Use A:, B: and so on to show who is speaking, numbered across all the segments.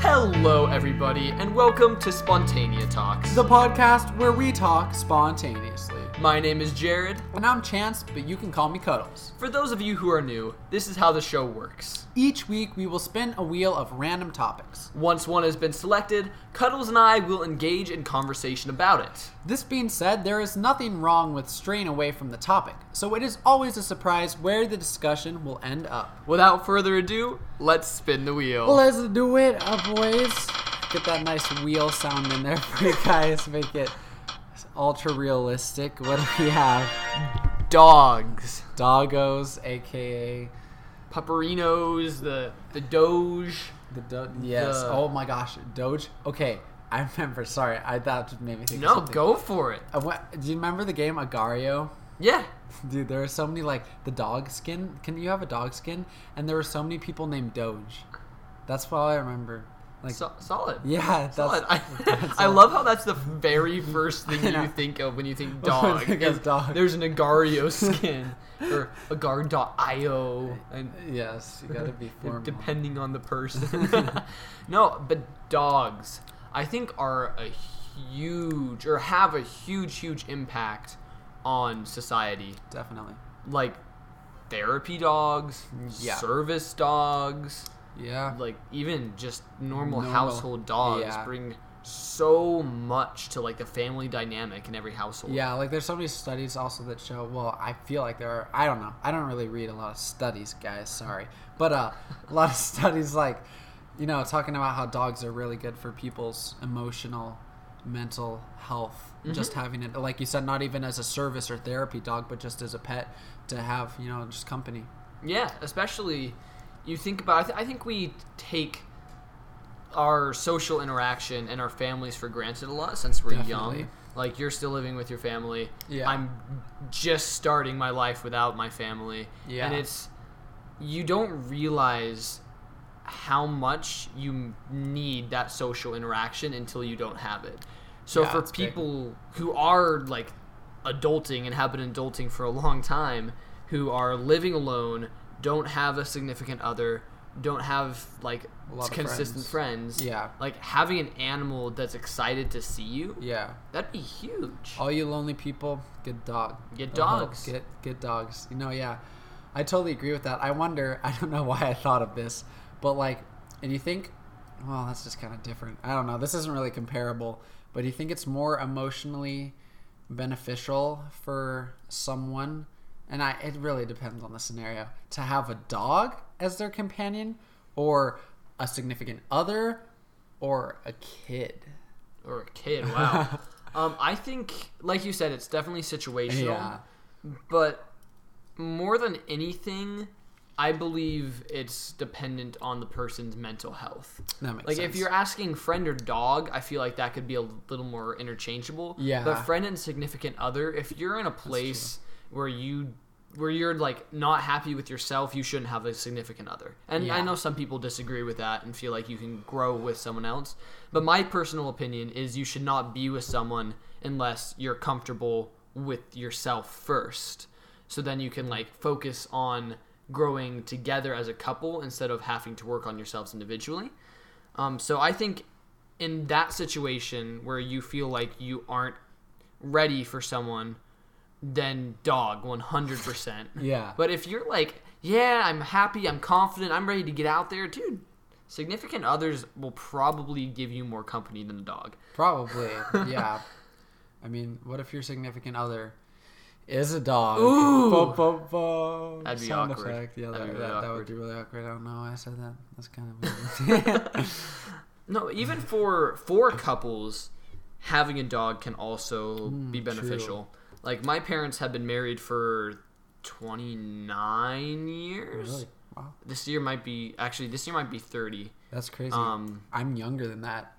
A: Hello, everybody, and welcome to Spontanea Talks.
B: the podcast where we talk spontaneously.
A: My name is Jared.
B: And I'm Chance, but you can call me Cuddles.
A: For those of you who are new, this is how the show works.
B: Each week, we will spin a wheel of random topics.
A: Once one has been selected, Cuddles and I will engage in conversation about it.
B: This being said, there is nothing wrong with straying away from the topic, so it is always a surprise where the discussion will end up.
A: Without further ado, let's spin the wheel.
B: Let's do it, uh, boys. Get that nice wheel sound in there for you guys. Make it ultra realistic. What do we have? uh,
A: Dogs.
B: Doggos, aka
A: Paparinos, the the Doge.
B: The do- yes.
A: The-
B: Oh my gosh, Doge. Okay, I remember. Sorry, I that just made me think.
A: No,
B: of something.
A: go for it.
B: I went, do you remember the game Agario?
A: Yeah.
B: Dude, there were so many like the dog skin. Can you have a dog skin? And there were so many people named Doge. That's all I remember. Like,
A: So- solid.
B: yeah, that's.
A: Solid. I,
B: that's
A: I
B: all.
A: love how that's the very first thing
B: know.
A: you think of when you think dog.
B: think of
A: is
B: dog.
A: There's an Agario skin or agar.io and
B: Yes, you gotta be formal.
A: depending on the person. no, but dogs I think are a huge or have a huge huge impact on society.
B: Definitely.
A: Like therapy dogs,
B: Yeah.
A: service dogs,
B: Yeah.
A: like even just normal,
B: Normal.
A: household dogs
B: Yeah.
A: bring so much to like the family dynamic in every household.
B: Yeah, like there's so many studies also that show. Well, I feel like there are. I don't know. I don't really read a lot of studies, guys. Sorry, but uh, a lot of studies like, you know, talking about how dogs are really good for people's emotional, mental health. Just having it, like you said, not even as a service or therapy dog, but just as a pet to have, you know, just company.
A: Yeah, especially you think about. I, th- I think we take our social interaction and our families for granted a lot since we're young.
B: Definitely.
A: Like you're still living with your family.
B: Yeah.
A: I'm just starting my life without my family.
B: Yeah.
A: And it's you don't realize how much you m- need that social interaction until you don't have it. So
B: Yeah,
A: for
B: it's big.
A: people who are like adulting and have been adulting for a long time, who are living alone, don't have a significant other, don't have like
B: A lot of
A: consistent friends.
B: Yeah.
A: Like having an animal that's excited to see you,
B: Yeah.
A: that'd be huge.
B: All you lonely people, get dog.
A: Get
B: They'll help.
A: dogs.
B: Get get dogs. You know, yeah. I totally agree with that. I wonder, I don't know why I thought of this, but like and you think well, that's just kind of different. I don't know. This isn't really comparable, but do you think it's more emotionally beneficial for someone and I it really depends on the scenario to have a dog as their companion or a significant other or a kid.
A: Or a kid, wow. um, I think like you said, it's definitely situational.
B: Yeah.
A: But more than anything, I believe it's dependent on the person's mental health.
B: That makes
A: like
B: sense.
A: if you're asking friend or dog, I feel like that could be a little more interchangeable.
B: Yeah.
A: But friend and significant other, if you're in a place where you where you're like not happy with yourself, you shouldn't have a significant other. And I
B: Yeah.
A: know some people disagree with that and feel like you can grow with someone else. But my personal opinion is you should not be with someone unless you're comfortable with yourself first. So then you can like focus on growing together as a couple instead of having to work on yourselves individually. Um, so I think in that situation where you feel like you aren't ready for someone, then dog 100%.
B: Yeah.
A: But if you're like, yeah, I'm happy, I'm confident, I'm ready to get out there, dude, significant others will probably give you more company than a dog.
B: Probably, yeah. I mean, what if your significant other is a dog?
A: Ooh!
B: Bo- bo- bo.
A: That'd be
B: Sound
A: awkward.
B: effect. Yeah,
A: That'd
B: that,
A: be
B: that,
A: really
B: that would be really awkward. I don't know why I said that. That's kind of weird.
A: No, even for for couples, having a dog can also
B: Mm,
A: be beneficial. Like my parents have been married for 29 years.
B: really? Wow,
A: This year might be actually this year might be 30.
B: that's crazy.
A: Um
B: I'm younger than that.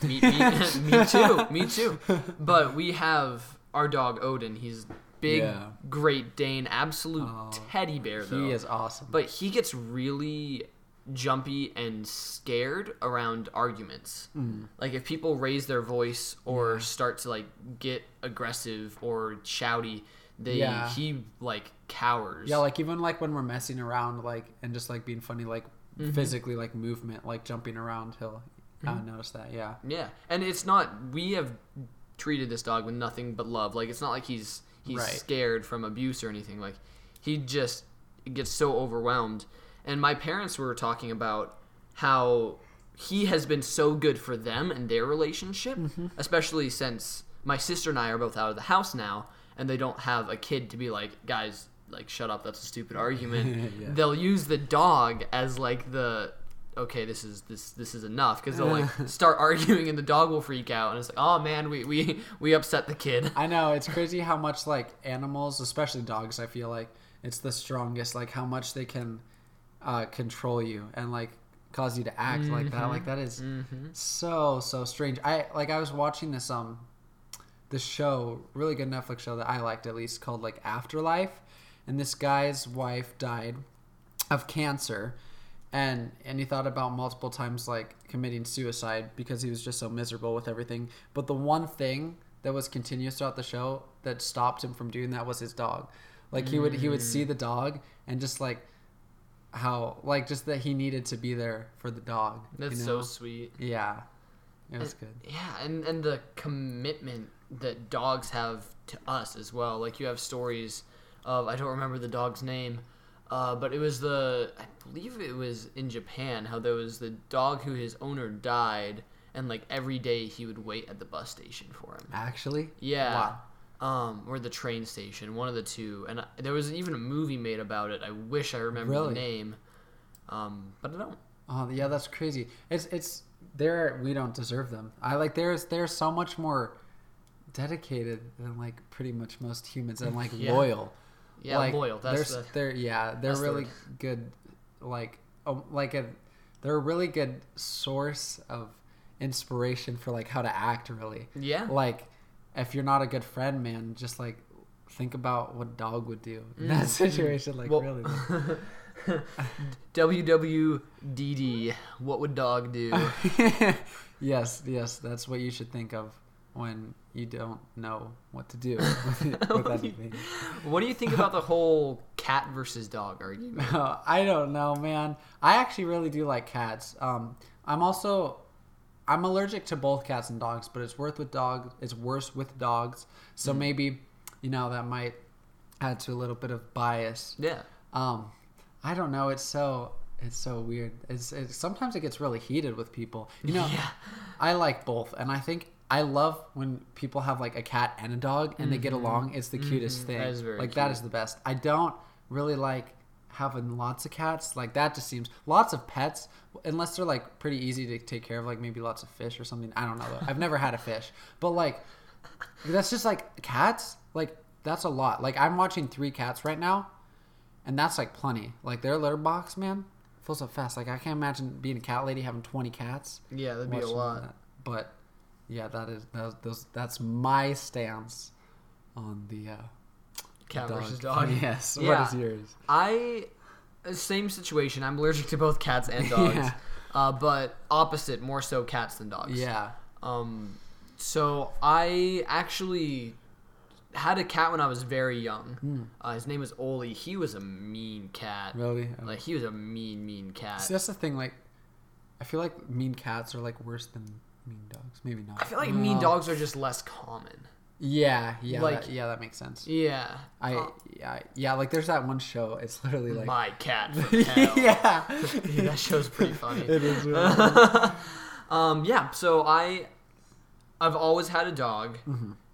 A: me, me, me too. Me too. But we have our dog Odin. He's big,
B: Yeah.
A: Great Dane, absolute
B: Oh,
A: teddy bear though.
B: He is awesome.
A: But he gets really jumpy and scared around arguments.
B: Hmm.
A: Like if people raise their voice or start to like get aggressive or shouty, they
B: Yeah.
A: he like cowers.
B: yeah, like even like when we're
A: Mm-hmm.
B: messing around, like and just like being funny, like physically, like movement, like jumping around, he'll I would notice that. Yeah.
A: Yeah, and it's not. We have treated this dog with nothing but love. Like it's not like he's he's
B: Right.
A: scared from abuse or anything. Like he just gets so overwhelmed. And my parents were talking about how he has been so good for them and their relationship,
B: Mm-hmm.
A: especially since my sister and I are both out of the house now, and they don't have a kid to be like, guys, like shut up, that's a stupid argument.
B: Yeah.
A: They'll use the dog as like the okay, this is this this is enough because they'll like start arguing and the dog will freak out and it's like, oh man, we we we upset the kid.
B: I know it's crazy how much like animals, especially dogs, I feel like it's the strongest. Like how much they can uh, control you and like cause you to act like that. Like that is so so strange. I like I was watching this um this show, really good Netflix show that I liked at least called like Afterlife, and this guy's wife died of cancer. And, and he thought about multiple times like committing suicide because he was just so miserable with everything. But the one thing that was continuous throughout the show that stopped him from doing that was his dog. Like he would he would
A: Mm.
B: see the dog and just like how like just that he needed to be there for the dog. you
A: That's
B: know?
A: so sweet.
B: yeah, it was good.
A: Yeah, and and the commitment that dogs have to us as well. Like you have stories of I don't remember the dog's name, uh, but it was the I believe it was in Japan how there was the dog who his owner died, and like every day he would wait at the bus station for him.
B: Actually,
A: Yeah.
B: Wow.
A: Um, or the train station, one of the two. And I, there was even a movie made about it. I wish I remember
B: Really?
A: the name, um, but I don't.
B: Oh yeah, that's crazy. It's it's there. We don't deserve them. I like there's they're so much more dedicated than like pretty much most humans and like
A: Yeah.
B: loyal.
A: Yeah,
B: like,
A: loyal. That's
B: they're,
A: the,
B: they're yeah they're
A: that's the
B: really good like um, like a they're a really good source of inspiration for like how to act really.
A: yeah.
B: Like if you're not a good friend, man, just like think about what dog would do in that situation. Like
A: Mm-hmm. Well-
B: really.
A: WWDD. What would dog do?
B: yes, yes, that's what you should think of when you don't know what to do with, with anything.
A: what do you think about the whole cat versus dog argument?
B: No, I don't know, man. I actually really do like cats. Um, I'm also I'm allergic to both cats and dogs, but it's worth with dogs. It's worse with dogs, so maybe you know that might add to a little bit of bias.
A: Yeah.
B: Um, I don't know. It's so it's so weird. It's, it's sometimes it gets really heated with people. You know,
A: Yeah.
B: I like both, and I think I love when people have like a cat and a dog and they get along. It's the cutest thing.
A: Mm-hmm. That is very
B: like that
A: cute.
B: is the best. I don't really like having lots of cats. Like that just seems lots of pets, unless they're like pretty easy to take care of. Like maybe lots of fish or something. I don't know. though. I've never had a fish, but like that's just like cats. Like that's a lot. Like I'm watching three cats right now, and that's like plenty. Like their litter box, man, fills up fast. Like I can't imagine being a cat lady having twenty cats
A: Yeah, that'd be a
B: watching
A: lot.
B: that. But yeah, that is that, those, that's my stance on the uh,
A: Cat
B: dog.
A: versus dog.
B: Yes.
A: Yeah.
B: What is yours?
A: I uh, same situation. I'm allergic to both cats and dogs,
B: Yeah.
A: uh, but opposite, more so cats than dogs.
B: Yeah.
A: Um, so I actually had a cat when I was very young. Uh, his name was Oli. He was a mean cat.
B: Hmm. Really.
A: Like he was a mean, mean cat.
B: See, that's the thing. Like, I feel like mean cats are like worse than mean dogs. Maybe not.
A: I feel like mean
B: No.
A: dogs are just less common.
B: Yeah. Yeah.
A: Like-
B: that, yeah, that makes sense.
A: Yeah.
B: I
A: Uh,
B: yeah yeah like there's that one show. It's literally like
A: my cat from hell.
B: yeah.
A: Yeah, that show's pretty funny.
B: It is. Really
A: Um, yeah, so I, I've always had a dog,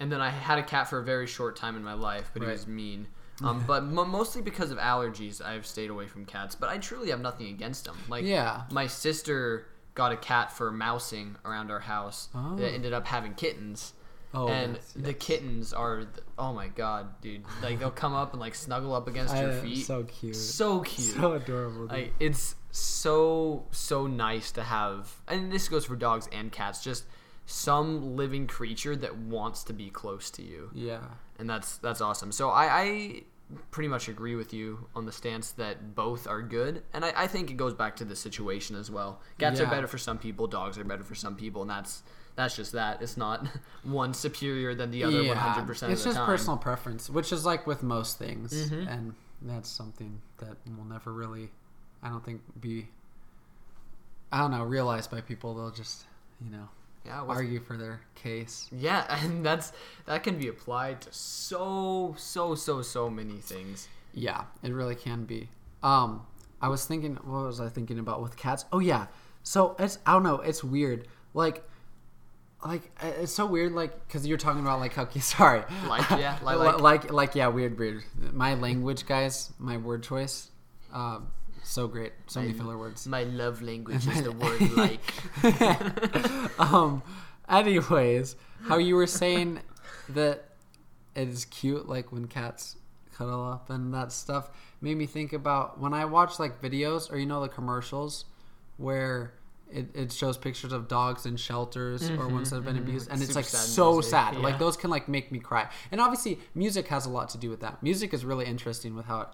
A: and then I had a cat for a very short time in my life, but it
B: Mm-hmm. Right.
A: was mean. Um, but m- mostly because of allergies, I've stayed away from cats. But I truly have nothing against them. Like,
B: Yeah.
A: my sister got a cat for mousing around our house
B: Oh.
A: that ended up having kittens.
B: Oh,
A: and
B: yes,
A: the kittens are, th- oh my god, dude! Like they'll come up and like snuggle up against
B: I,
A: your feet.
B: so cute.
A: So cute.
B: So adorable. dude.
A: Like it's so so nice to have, and this goes for dogs and cats. Just some living creature that wants to be close to you,
B: yeah.
A: and that's that's awesome. So I, I pretty much agree with you on the stance that both are good, and I, I think it goes back to the situation as well. Cats
B: Yeah.
A: are better for some people, dogs are better for some people, and that's that's just that. It's not one superior than the other one hundred percent of
B: It's
A: the
B: just
A: time. Mm-hmm.
B: personal preference, which is like with most things, and that's something that will never really, I don't think, be, I don't know, realized by people. They'll just you know,
A: Yeah, what's-
B: argue for their case.
A: yeah, and that's that can be applied to so so so so many things.
B: Yeah, it really can be. Um, I was thinking, what was I thinking about with cats? Oh yeah, so it's I don't know, it's weird. Like, like uh, it's so weird. Like, because you're talking about like how sorry,
A: Like, yeah, like-
B: like, like like yeah, weird, weird. My language, guys, my word choice, um, so great, so many filler words.
A: My love language is the word like.
B: um, anyways, how you were saying that it is cute, like when cats cuddle up and that stuff, made me think about when I watch like videos or you know the commercials where it, it shows pictures of dogs in shelters or ones that have been abused, and it's
A: Super
B: like
A: sad
B: so
A: music,
B: sad.
A: yeah.
B: Like those can like make me cry. And obviously, music has a lot to do with that. Music is really interesting with how it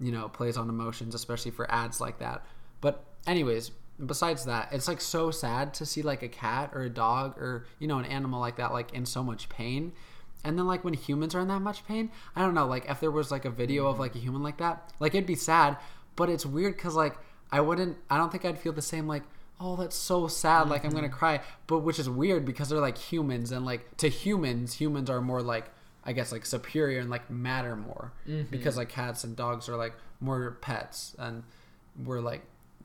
B: you know plays on emotions, especially for ads like that. But anyways. Besides that, it's like so sad to see like a cat or a dog or you know an animal like that like in so much pain. And then like when humans are in that much pain, I don't know. Like if there was like a video of like a human like that, like it'd be sad. But it's weird because like I wouldn't. I don't think I'd feel the same. Like oh that's so sad. Like I'm gonna
A: Mm-hmm.
B: cry. But which is weird because they're like humans and like to humans, humans are more like I guess like superior and like matter more
A: Mm-hmm.
B: because like cats and dogs are like more pets and we're like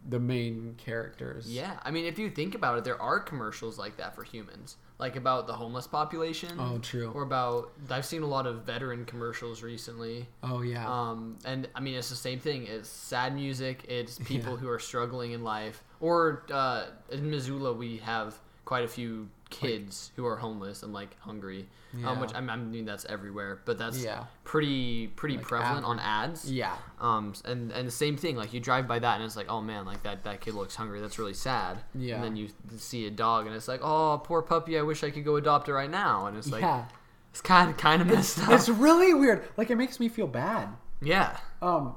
B: the main characters.
A: Yeah, I mean, if you think about it, there are commercials like that for humans, like about the homeless population.
B: Oh, true.
A: Or about I've seen a lot of veteran commercials recently.
B: Oh yeah.
A: Um, and I mean, it's the same thing. It's sad music. It's people who are struggling in life. Or uh, in Missoula, we have quite a few kids who are homeless and like hungry. Um,
B: Yeah.
A: which I mean, I mean, that's everywhere, but that's
B: Yeah.
A: pretty pretty prevalent on ads.
B: yeah.
A: Um, and and the same thing, like you drive by that and it's like, oh man, like that that kid looks hungry. That's really sad.
B: Yeah.
A: And then you see a dog and it's like, oh poor puppy, I wish I could go adopt it right now. And it's like,
B: yeah.
A: it's kind of kind of messed up.
B: It's really weird. Like it makes me feel bad.
A: yeah.
B: Um,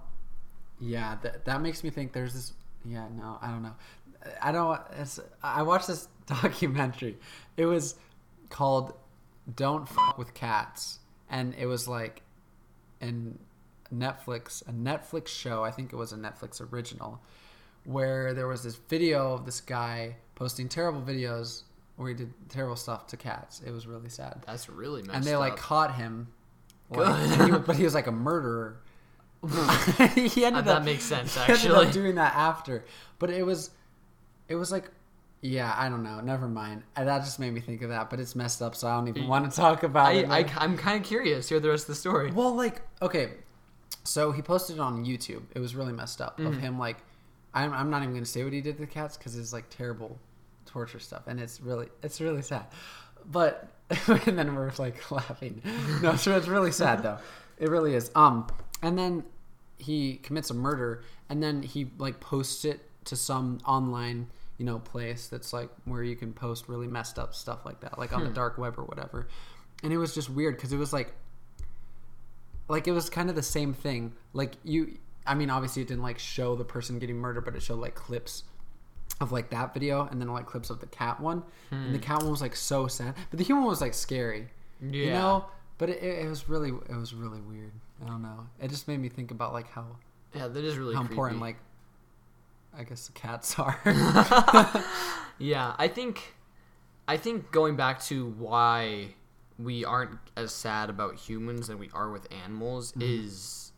B: yeah, that that makes me think there's this. Yeah, no, I don't know. I don't. It's, I watched this documentary. It was called "Don't Fuck with Cats," and it was like in Netflix, a Netflix show. I think it was a Netflix original, where there was this video of this guy posting terrible videos where he did terrible stuff to cats. It was really sad,
A: That's really messed up.
B: and they like caught him.
A: Good.
B: like, and he- but he was like a murderer. he ended
A: that
B: up
A: makes sense,
B: he ended up
A: actually.
B: doing that after, but it was, it was like, yeah, I don't know. Never mind. And that just made me think of that, but it's messed up, so I don't even want to talk about
A: I,
B: it.
A: I
B: man.
A: I'm kind of curious. Hear the rest of the story.
B: Well, like, okay, so he posted it on YouTube. It was really messed up of him. Like, I'm, I'm not even gonna say what he did to the cats because it's like terrible torture stuff, and it's really it's really sad. But and then we're like laughing. No, so it's really sad though. It really is. Um, and then he commits a murder, and then he like posts it to some online you know place that's like where you can post really messed up stuff like that, like on the dark web or whatever. And it was just weird because it was like like it was kind of the same thing like you i mean obviously it didn't like show the person getting murdered but it showed like clips of like that video and then like clips of the cat one and the
A: Hmm.
B: cat one was like so sad but the human one was like scary you
A: Yeah.
B: know but it, it it was really it was really weird i don't know it just made me think about like how
A: Yeah, that is really
B: how
A: creepy.
B: important like i guess the cats are
A: Yeah, I think I think going back to why we aren't as sad about humans than we are with animals
B: Mm-hmm.
A: is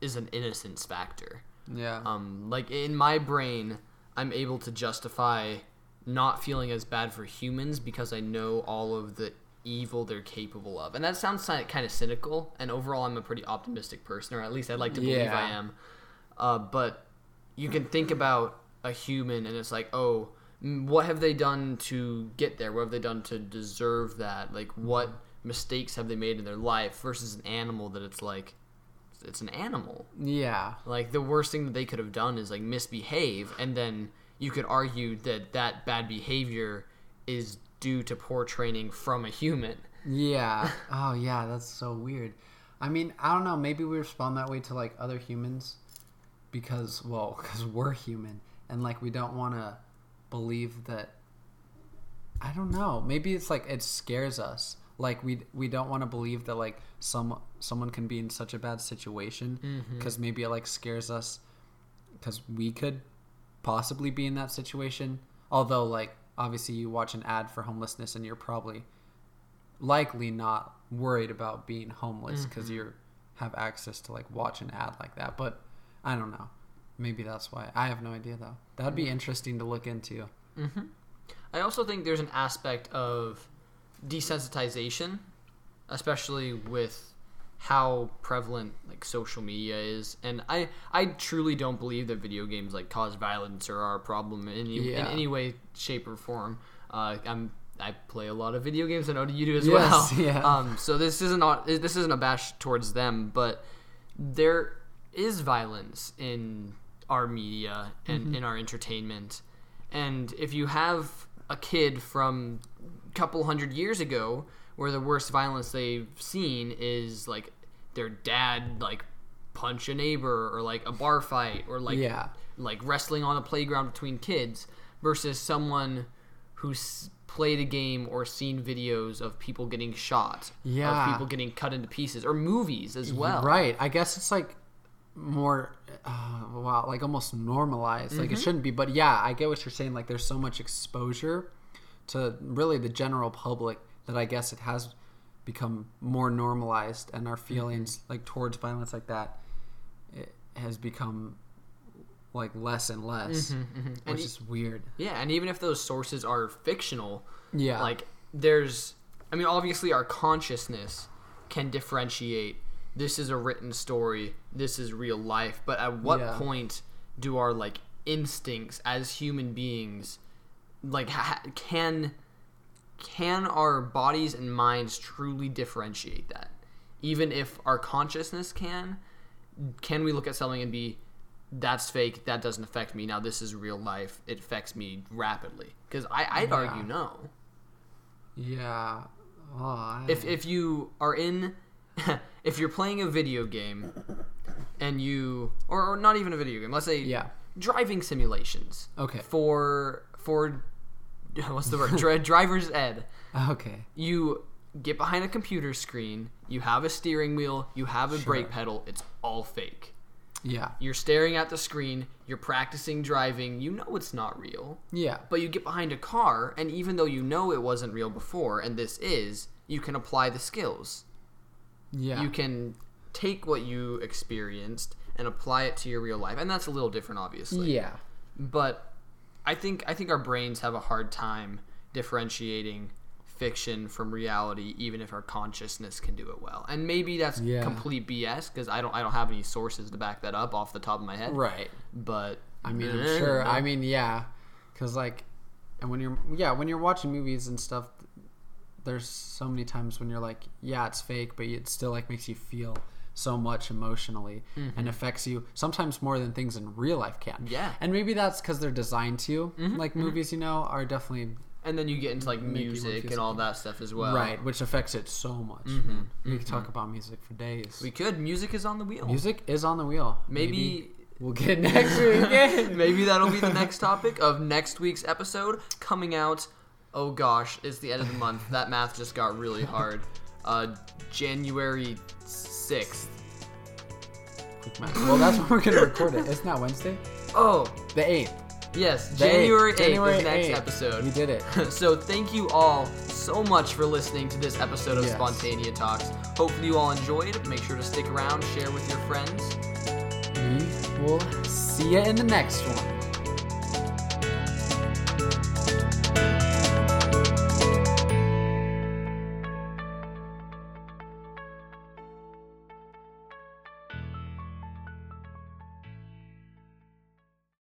A: is an innocence factor.
B: yeah
A: Um like in my brain, I'm able to justify not feeling as bad for humans because I know all of the evil they're capable of. And that sounds kind of cynical, and overall I'm a pretty optimistic person or at least I'd like to believe I
B: Yeah.
A: am. Uh, but you can think about a human and it's like, oh, m- what have they done to get there? What have they done to deserve that? Like,
B: Mm-hmm.
A: what mistakes have they made in their life versus an animal that it's like, it's an animal.
B: yeah
A: Like, the worst thing that they could have done is like misbehave. And then you could argue that that bad behavior is due to poor training from a human.
B: Yeah. Oh, yeah. That's so weird. I mean, I don't know. Maybe we respond that way to like other humans because, well, because we're human and like we don't want to believe that. I don't know. Maybe it's like it scares us. Like we we don't want to believe that like some someone can be in such a bad situation because maybe it like scares us because we could possibly be in that situation. Although, like, obviously you watch an ad for homelessness and you're probably likely not worried about being homeless because you have access to like watch an ad like that. But I don't know. Maybe that's why. I have no idea though. That'd be interesting to look into.
A: I also think there's an aspect of desensitization, especially with how prevalent like social media is. And I I truly don't believe that video games like cause violence or are a problem in any, in
B: Yeah.
A: any way, shape, or form. Uh, I'm I play a lot of video games. I know you do as
B: Yes,
A: well.
B: yeah.
A: Um, so this isn't not this isn't a bash towards them, but there is violence in our media and in our entertainment. And if you have a kid from a couple hundred years ago where the worst violence they've seen is like their dad like punch a neighbor or like a bar fight or like
B: Yeah.
A: like wrestling on a playground between kids versus someone who's played a game or seen videos of people getting shot
B: Yeah.
A: of people getting cut into pieces or movies as well
B: Right. I guess it's like more uh, wow, like almost normalized. Like it
A: Mm-hmm.
B: shouldn't be, but yeah, I get what you're saying. Like there's so much exposure to really the general public that I guess it has become more normalized, and our
A: Mm-hmm.
B: feelings like towards violence like that it has become like less and less,
A: Mm-hmm,
B: which is weird.
A: yeah and even if those sources are fictional
B: Yeah.
A: like there's i mean obviously our consciousness can differentiate this is a written story this is real life but at what
B: Yeah.
A: point do our like instincts as human beings like ha- can can our bodies and minds truly differentiate that even if our consciousness can can we look at something and be that's fake that doesn't affect me now this is real life it affects me rapidly because i'd argue no
B: yeah. Oh, I-
A: if if you are in if you're playing a video game and you or, or not even a video game let's say
B: Yeah.
A: driving simulations
B: Okay.
A: for for what's the word Dri- driver's ed
B: okay.
A: you get behind a computer screen you have a steering wheel you have a brake pedal it's all fake
B: Yeah.
A: you're staring at the screen you're practicing driving you know it's not real
B: Yeah.
A: but you get behind a car, and even though you know it wasn't real before, and this is, you can apply the skills.
B: Yeah.
A: You can take what you experienced and apply it to your real life, and that's a little different, obviously.
B: yeah.
A: But I think I think our brains have a hard time differentiating fiction from reality, even if our consciousness can do it well. And maybe that's
B: Yeah.
A: complete BS because I don't I don't have any sources to back that up off the top of my head.
B: Right.
A: But
B: I mean, I'm
A: Eh,
B: sure. I mean, yeah, because like, and when you're yeah, when you're watching movies and stuff, there's so many times when you're like, yeah, it's fake, but it still like makes you feel so much emotionally and affects you sometimes more than things in real life can.
A: Mm-hmm. Yeah. Mm-hmm.
B: and maybe that's because they're designed to. Like movies, you know, are definitely
A: and then you get into like
B: Make you more
A: music and all that stuff as well.
B: right, which affects it so much. man. We could talk about music for days.
A: Mm-hmm. We could. Music is on the wheel.
B: music is on the wheel.
A: Maybe
B: we'll get next week again.
A: maybe that'll be the next topic of next week's episode coming out. Oh gosh, it's the end of the month. That math just got really hard. Uh, January sixth.
B: well, that's when we're gonna record it. It's not Wednesday.
A: Oh
B: The eighth.
A: yes,
B: The eighth.
A: January eighth
B: January
A: is next
B: 8th. We
A: episode.
B: did it.
A: so thank you all so much for listening to this episode of
B: Yes.
A: Spontanea Talks. Hopefully you all enjoyed. Make sure to stick around, share with your friends.
B: We will see you in the next one.